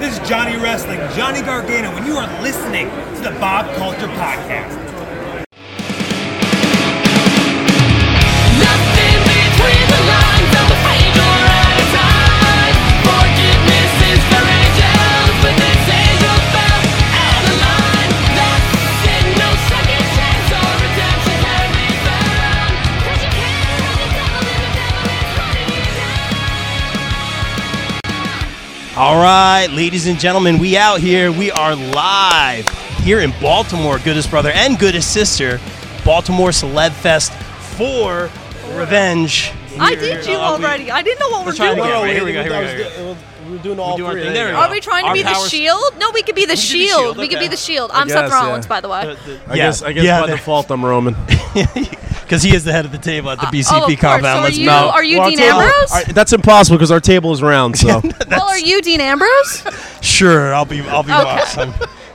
This is Johnny Wrestling, Johnny Gargano, and you are listening to the Bob Culture Podcast. Nothing between the lines of a favor at a time. Forgiveness is for angels, but this angel fell out of line. That's it, no second chance or redemption can be found. 'Cause you can't help the devil, and the devil is hunting you All right, ladies and gentlemen, we out here. We are live here in Baltimore, Goodest Brother and Goodest Sister, Baltimore Celeb Fest for Revenge. I Here, did you uh, we- already. I didn't know what we're Let's try it doing. again. No, no, Right, here we go, that here we was go, good. We're doing all We're doing our three. thing. There There we we go. Are we trying to Our be the powers- shield? No, we could be the can do the shield. shield, We could okay. be the shield. I'm guess, Seth Rollins, yeah. by the way. I guess. I guess Yeah, by there- default, I'm Roman. Because he is the head of the table at the BCP oh, of course. compound. So Let's are you, not. are you Well, our Dean table- Ambrose? our- that's impossible because our table is round. So well, are you Dean Ambrose? Sure, I'll be. I'll be Okay. Ross. I'm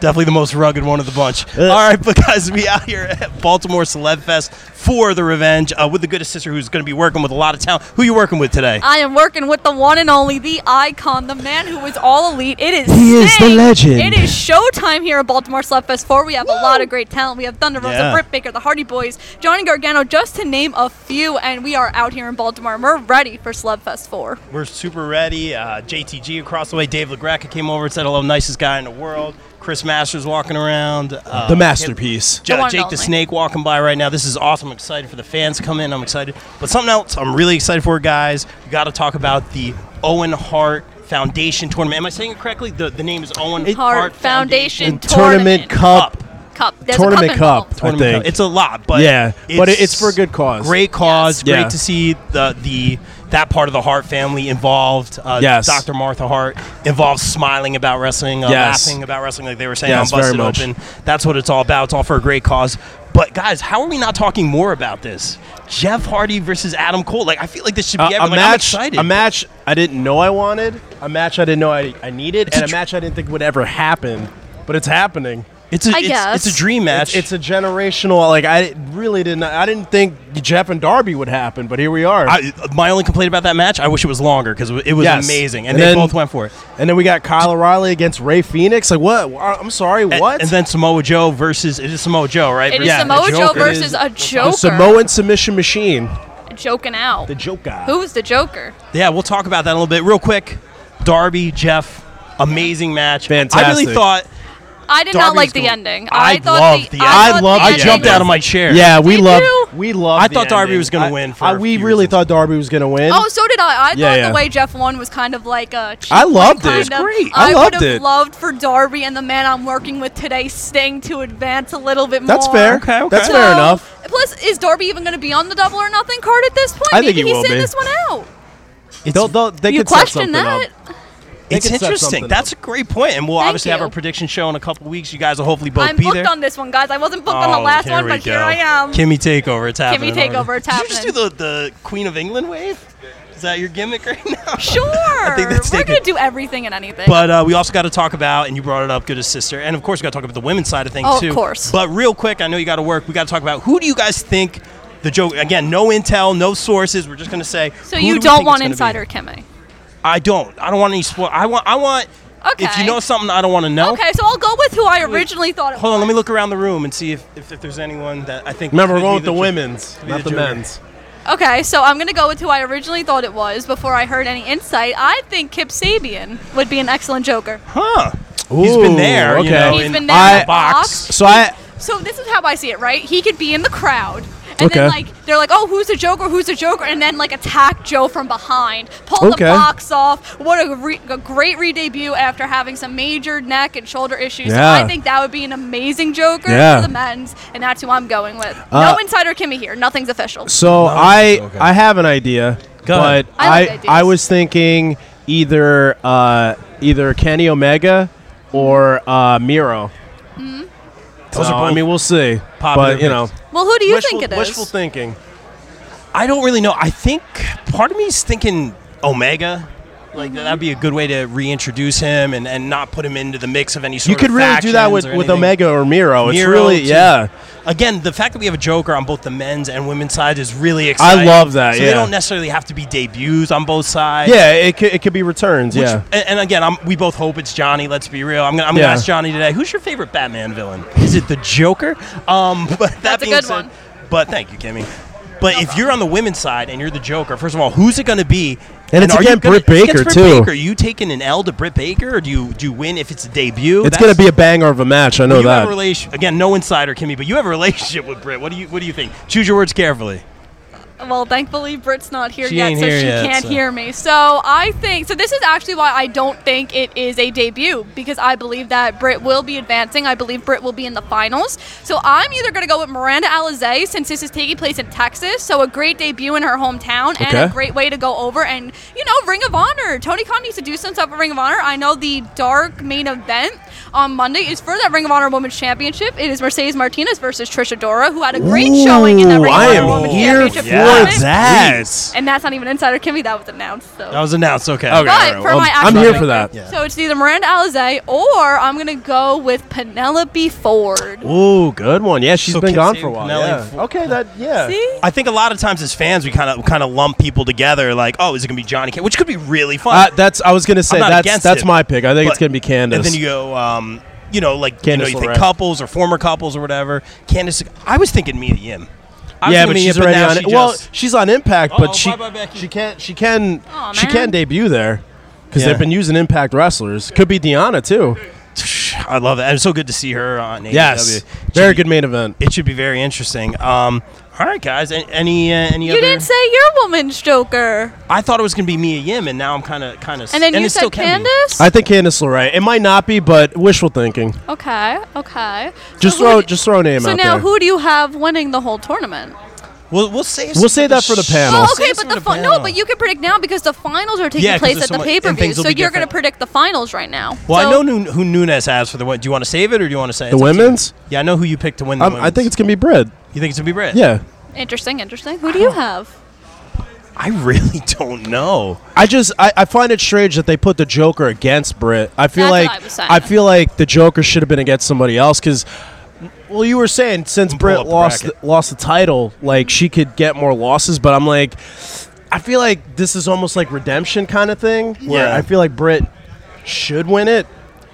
definitely the most rugged one of the bunch. All right, but guys, we out here at Baltimore Celeb Fest for the Revenge uh, with the Goodest Sister, who's going to be working with a lot of talent. Who you working with today? I am working with the one and only, the icon, the man who is all elite. It is He is the Sting. legend. It is showtime here at Baltimore Slap Fest 4. We have a lot of great talent. We have Thunder Rosa, Yeah. Britt Baker, the Hardy Boys, Johnny Gargano, just to name a few. And we are out here in Baltimore. and We're ready for Slub Fest 4. We're super ready. Uh, JTG across the way. Dave LaGreca came over and said hello. Nicest guy in the world. Chris Masters walking around. Uh, the masterpiece. J- The one and uh, Jake the only. Snake walking by right now. This is awesome. I'm excited for the fans to come in. I'm excited. But something else I'm really excited for, guys. We got to talk about the Owen Hart Foundation Tournament. Am I saying it correctly? The, the name is Owen Hart Hart Foundation Tournament Tournament Cup. Cup. There's Tournament a cup. Cup. involved. I Tournament. think. It's a lot, but Yeah, but it- it's for a good cause. Great cause. Yes. Great Yeah. to see the the that part of the Hart family involved. Uh, Yes. Dr. Martha Hart involved, smiling about wrestling, uh, Yes. laughing about wrestling, like they were saying Yes, on Busted very much. Open. That's what it's all about. It's all for a great cause. But guys, how are we not talking more about this? Jeff Hardy versus Adam Cole. Like I feel like this should be Uh, a everyone. I'm match. excited. a match I didn't know I wanted. A match I didn't know I, I needed, and a tr- match I didn't think would ever happen. But it's happening. It's a, I it's, guess. it's a dream match. It's, it's a generational. Like I really didn't. I didn't think Jeff and Darby would happen, but here we are. I, my only complaint about that match, I wish it was longer because it was Yes. amazing, and, And they then- both went for it. and then we got Kyle O'Reilly against Ray Phoenix. Like what? I'm sorry. And- What? And then Samoa Joe versus it is Samoa Joe, right? It is Versus the Samoa Joe Joker. versus a the Joker. Samoan submission machine. Joking out. The Joker. Who's the Joker? Yeah, we'll talk about that in a little bit, real quick. Darby Jeff, amazing match. I really Fantastic. thought I did Darby's not like the going- ending. I I, thought loved the ending. I, thought I loved the I Yeah, ending jumped was- out of my chair. Yeah, we Did love you? we love. I thought Darby was gonna win for a we few really reasons. thought Darby was gonna win. Oh, so did I. I Yeah, thought yeah. the way Jeff won was kind of like a. cheap I loved one, it. It was kind of. great. I would loved have it. loved for Darby and the man I'm working with today, Sting, to advance a little bit That's more. fair. Okay, okay. That's So- fair enough. Plus, is Darby even going to be on the Double or Nothing card at this point? I think Maybe he he's will sitting be. this one out. It's, They'll- they'll- they you could set question something that? up. They it's could set interesting. something That's a great point, and we'll Thank obviously have you. our prediction show in a couple weeks. You guys will hopefully both I'm be booked there. on this one, guys. I wasn't booked on Oh, the last here one, we but here go. I am. Kimmy Takeover, it's happening. Takeover, already. it's Did you just do the, the Queen of England wave? Is that your gimmick right now? Sure. think that's We're taken. going to do everything and anything. But uh, we also got to talk about, and you brought it up, good as sister, and of course we got to talk about the women's side of things Oh, of too. course. But real quick, I know you got to work. We got to talk about who do you guys think the joke? Again, no intel, no sources. We're just gonna say. so who do we you think don't it's want gonna be? Insider Kimmy. I don't. I don't want any spoil. I want. I want. If Okay. you know something, I don't want to know. Okay, so I'll go with who I originally thought it Hold was. on. Let me look around the room and see if, if, if there's anyone that I think. Remember, we're could going be with the jo- women's, could be not the Joker. men's. Okay, so I'm gonna go with who I originally thought it was before I heard any insight. I think Kip Sabian would be an excellent Joker. Huh. He's been Ooh, there. You okay. know, He's in- been there in I- the box. So I So this is how I see it, right? He could be in the crowd. And Okay. then like they're like, oh, who's the Joker? Who's the Joker? And then like attack Joe from behind, pull Okay. the box off. What a, re- a great re-debut after having some major neck and shoulder issues. So Yeah. I think that would be an amazing Joker Yeah. for the men's, and that's who I'm going with. Uh, no insider Kimmy here. Nothing's official. so I okay. I have an idea, Go but ahead. I I like I ideas. was thinking either uh, either Kenny Omega or uh, Miro. Mm-hmm. Those So, are both I mean, we'll see. popular but you know, picks. Well, who do you wishful, think it is? wishful thinking. I don't really know. I think part of me is thinking Omega. Like that'd be a good way to reintroduce him and, and not put him into the mix of any sort. You could of really do that factions with, or with anything. Omega or Miro. It's Miro, really too. yeah. again, the fact that we have a Joker on both the men's and women's side is really I exciting. love that, So yeah. they don't necessarily have to be debuts on both sides. Yeah, it could, it could be returns. Which- yeah. And, and again, I'm, we both hope it's Johnny. Let's be real. I'm gonna, I'm Yeah. gonna ask Johnny today. Who's your favorite Batman villain? Is it the Joker? Um, but that That's a being good said- one. But thank you, Kimmy. But if you're on the women's side and you're the Joker, first of all, who's it going to be? And it's are you again gonna- Britt it's Baker, against Britt too. Baker. Are you taking an L to Britt Baker, or do you do you win if it's a debut? It's going to be a banger of a match. I know you have that. a relation again. No insider, Kimmy, but you have a relationship with Britt. What do you What do you think? Choose your words carefully. Well, thankfully Britt's not here She yet, ain't so here she yet, can't so- hear me. So I think so. This is actually why I don't think it is a debut because I believe that Britt will be advancing. I believe Britt will be in the finals. So I'm either going to go with Miranda Alizé since this is taking place in Texas. So a great debut in her hometown and Okay. a great way to go over and you know Ring of Honor. Tony Khan needs to do some stuff at Ring of Honor. I know the dark main event on Monday is for that Ring of Honor Women's Championship. It is Mercedes Martinez versus Trisha Dora, who had a great showing in that Ooh, Ring of Honor I am Women's here Championship. for tournament. that. And that's not even insider Kimmy. That was announced. So. That was announced. Okay. Okay. but alright, for well, my I'm actual here for favorite. that. Yeah. So it's either Miranda Alizé or I'm gonna go with Penelope Ford. Ooh, good one. Yeah, she's So been Kip gone Sabian, for a while. Penelope yeah. Fo- Okay, that yeah. See? I think a lot of times as fans we kind of kind of lump people together like oh is it gonna be Johnny Cam which could be really fun. Uh, that's I was gonna say I'm not that's against that's it, my pick. I think it's but- gonna be Candace. And then you go um, you know like you, know, Candace you think LeRae. couples or former couples or whatever. Candace I was thinking Mia Yim. I was yeah, thinking but Mia, she's already now on. she well, just- she's on Impact, Uh-oh, but she bye-bye, Becky. she can she can Aw, she man. can debut there because Yeah. they've been using Impact wrestlers. Could be Deanna too. I love it. It's so good to see her on. AEW. Yes, Should very be- good main event. It should be very interesting. Um, all right, guys. An- Any uh, any You other? didn't say your woman's Joker, I thought it was gonna be Mia Yim, and now I'm kind of kind of. and then you it still said can be. Candace. I think Candice LeRae. It might not be, but wishful thinking. okay, okay. So Just who throw d- just throw a name So out now, there. who do you have winning the whole tournament? We'll we'll save. We'll some save that for the sh- panel. Well, I'll Oh, okay, save some but the for fi- no, panel. but you can predict now because the finals are taking Yeah, 'cause place there's at so the much- pay and per view, things will so be you're going to different. predict the finals right now. Well, so, I know Nu- who Nunes has for the one. Do you want to save it or do you want to say The it's up to you? women's? Yeah, I know who you picked to win. The I'm, I women's. think it's gonna be Brit. you think it's gonna be Britt. Yeah, Interesting, interesting. Who do you have? I really don't know. I just I, I find it strange that they put the Joker against Brit. I feel That's what I was like saying. I, feel like the Joker should have been against somebody else because. Well, you were saying since Let me pull Britt up the lost the, bracket. lost the title, like she could get more losses, but I'm like, I feel like this is almost like redemption kind of thing. Where Yeah. I feel like Britt should win it.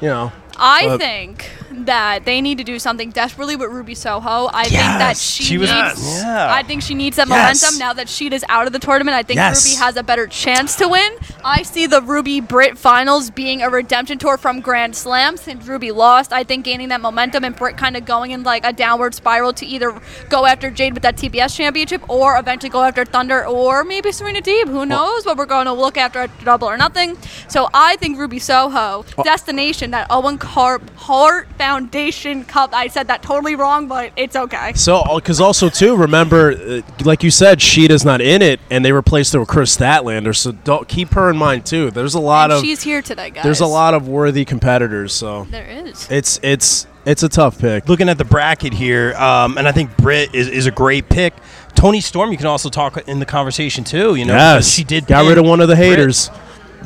You know, I Uh, think that they need to do something desperately with Ruby Soho. I think that Yes, she, she was- needs. Yes. Yeah. I think she needs that Yes. momentum now that she is out of the tournament. I think Yes. Ruby has a better chance to win. I see the Ruby Brit Finals being a redemption tour from Grand Slam since Ruby lost. I think gaining that momentum and Brit kind of going in like a downward spiral to either go after Jade with that TBS championship or eventually go after Thunder or maybe Serena Deeb. Who knows what we're going to look after at Double or Nothing. So I think Ruby Soho, Oh. Destination, that Owen Carp Hart Foundation Cup. I said that totally wrong, but it's okay. so because also too, remember, uh, like you said, Sheeta's not in it, and they replaced her with Chris Statlander. So don't keep her in mind too. There's a lot And of she's here today, guys. there's a lot of worthy competitors. So There is. It's it's it's a tough pick. Looking at the bracket here, um, and I think Britt is, is a great pick. Tony Storm, you can also talk in the conversation too. You know, because she did got pin rid of one of the Britt. haters.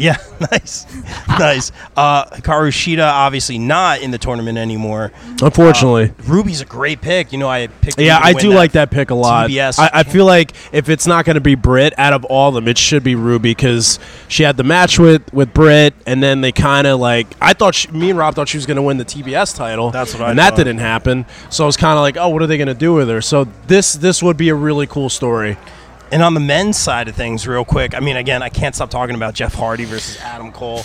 Yeah, nice, nice. Uh, Hikaru Shida obviously not in the tournament anymore. Unfortunately, Ruby's a great pick. You know, I picked. yeah, Ruby to I win do like that pick a lot. TBS I, I feel like if it's not going to be Britt out of all of them, it should be Ruby because she had the match with with Britt, and then they kind of like I thought she, me and Rob thought she was going to win the TBS title. That's what I and that thought. didn't happen. So I was kind of like, oh, what are they going to do with her? So this this would be a really cool story. And on the men's side of things, real quick, I mean, again, I can't stop talking about Jeff Hardy versus Adam Cole.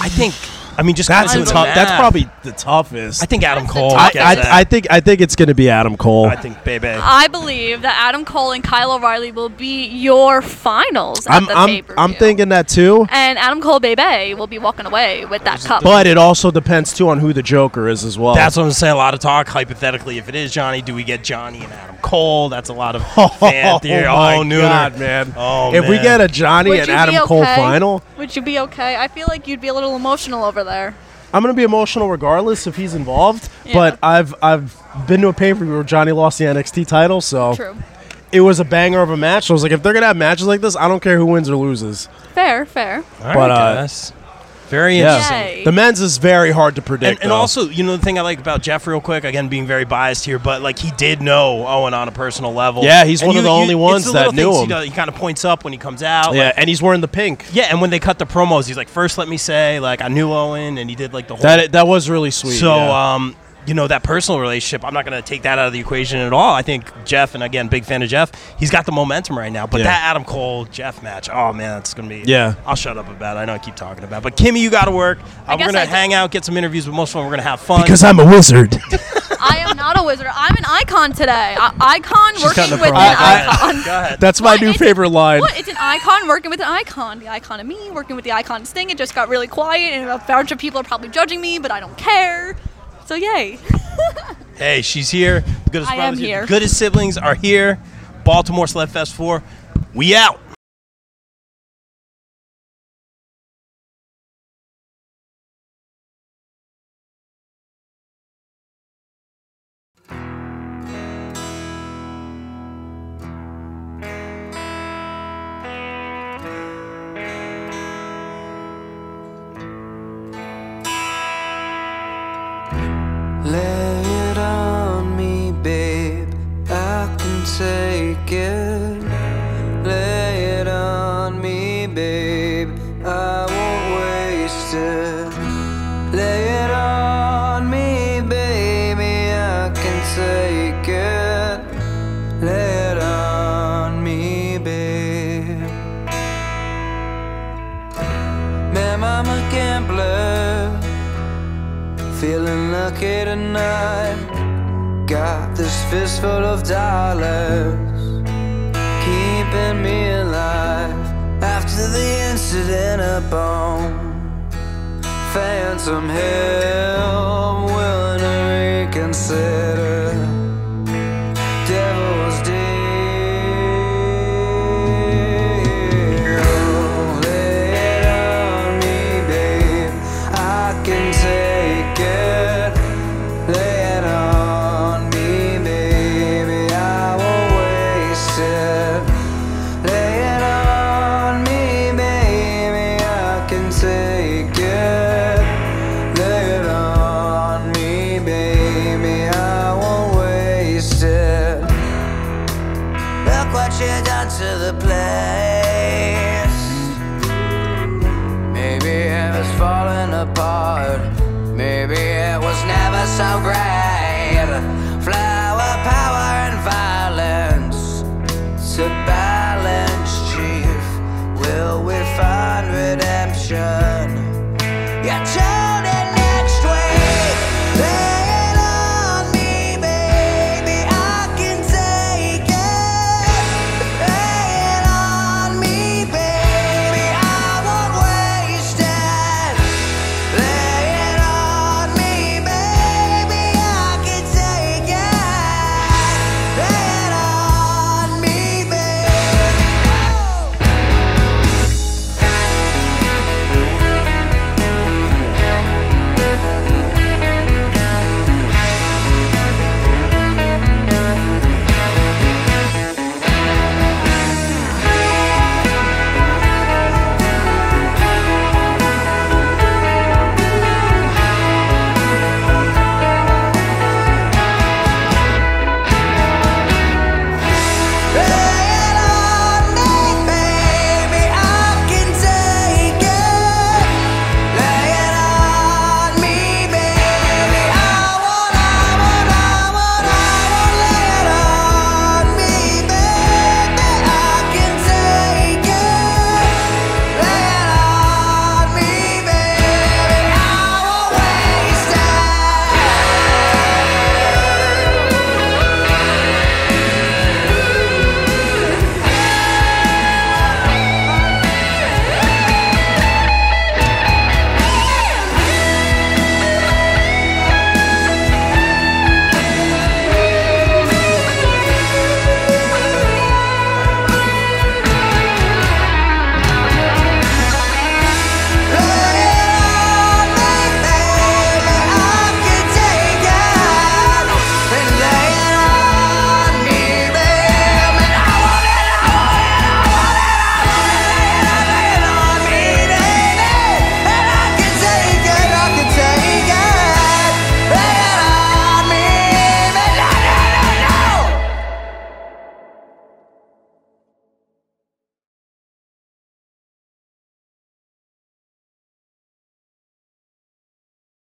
I think, I mean, just That's kind a of the tough. That's math, probably the toughest. I think Adam That's the Cole. I, toughest. gets I, that. I think I think it's going to be Adam Cole. I think Bebe. I believe that Adam Cole and Kyle O'Reilly will be your finals at I'm the I'm, pay-per-view. I'm thinking that too. And Adam Cole Bebe will be walking away with that cup. But it also depends too on who the Joker is as well. That's what I'm saying. A lot of talk hypothetically. If it is Johnny, do we get Johnny and Adam Cole? That's a lot of fan theory. Oh my Nooner. God, man. Oh, if we man. get a Johnny would and you Adam be okay? Cole final, Would you be okay? I feel like you'd be a little emotional over there. I'm gonna be emotional regardless if he's involved. Yeah. But I've I've been to a pay per view where Johnny lost the NXT title, so True. it was a banger of a match. I was like, if they're gonna have matches like this, I don't care who wins or loses. Fair, fair. All right, But, uh, guys. Very interesting. Yay. The men's is very hard to predict. And, and though. also, you know, the thing I like about Jeff, real quick, again, being very biased here, but like he did know Owen on a personal level. Yeah, he's And one of the only it's ones the that little knew things He, him. does. he kind of points up when he comes out. yeah, like- and he's wearing the pink. yeah, and when they cut the promos, he's like, first, let me say, like, I knew Owen, and he did like the whole. That that was really sweet. so, yeah. um, you know, that personal relationship, I'm not going to take that out of the equation at all. I think Jeff, and again, big fan of Jeff, he's got the momentum right now. But Yeah. that Adam Cole Jeff match, oh man, it's going to be. Yeah. I'll shut up about it. I know I keep talking about it. But Kimmy, you got to work. Uh, guess we're going to I- hang out, get some interviews with most of them. We're going to have fun. I'm a wizard. I am not a wizard. I'm an icon today. I- icon working cutting the with an promo. I- icon. Go ahead. That's my What? new It's- favorite line. What? It's an icon working with an icon. The icon of me working with the icon Sting. It just got really quiet, and a bunch of people are probably judging me, but I don't care. So yay! Hey, she's here. The goodest I brothers am here. here. The goodest siblings are here. Baltimore Sled Fest 4. We out. Lay it on me, babe. I can take it. Lay it on me, babe. I won't waste it. Lay it on me, baby. I can take it. Lay it on me, babe. Ma'am, I'm a gambler. Feeling lucky tonight. Got this fistful of dollars, keeping me alive. After the incident up on Phantom Hill, willing to reconsider. Devil's deal. Lay it on me, babe. I can take it. Lay it on me, baby. I won't waste it. Lay it on me, baby. I can take it. Lay it on me, baby. I won't waste it. Look what you done to the place. Maybe it was falling apart. Maybe it was never so great.